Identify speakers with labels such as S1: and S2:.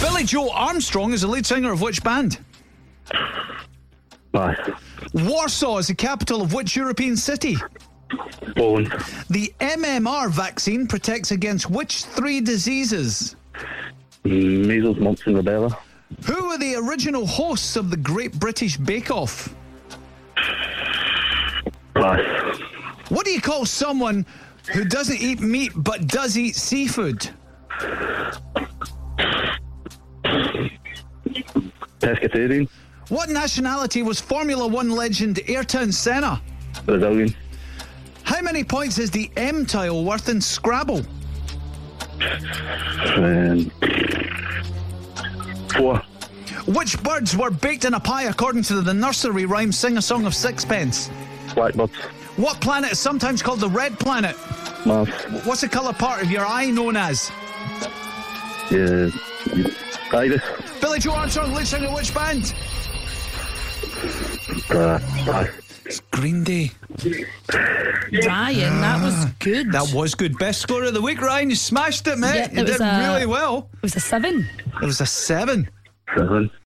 S1: Billy Joe Armstrong is the lead singer of which band?
S2: Pass.
S1: Warsaw is the capital of which European city?
S2: Poland.
S1: The MMR vaccine protects against which three diseases?
S2: Measles, mumps, and rubella.
S1: Who were the original hosts of the Great British Bake Off?
S2: Pass.
S1: What do you call someone who doesn't eat meat but does eat seafood?
S2: Pescatarian.
S1: What nationality was Formula One legend Ayrton Senna?
S2: Brazilian.
S1: How many points is the M tile worth in Scrabble?
S2: Um, four.
S1: Which birds were baked in a pie according to the nursery rhyme Sing a Song of Sixpence?
S2: Blackbirds.
S1: What planet is sometimes called the red planet?
S2: Mars.
S1: What's the colour part of your eye known as?
S2: Yeah. Iris.
S1: Billy Joe Armstrong, lead singer of which band?
S2: Uh, pass.
S1: It's Green Day.
S3: Ryan, that was good.
S1: That was good. Best score of the week, Ryan. You smashed it, mate.
S3: Yeah, it
S1: you
S3: was
S1: did
S3: a-
S1: really well.
S3: It was a seven.
S1: It was a seven.
S2: Seven.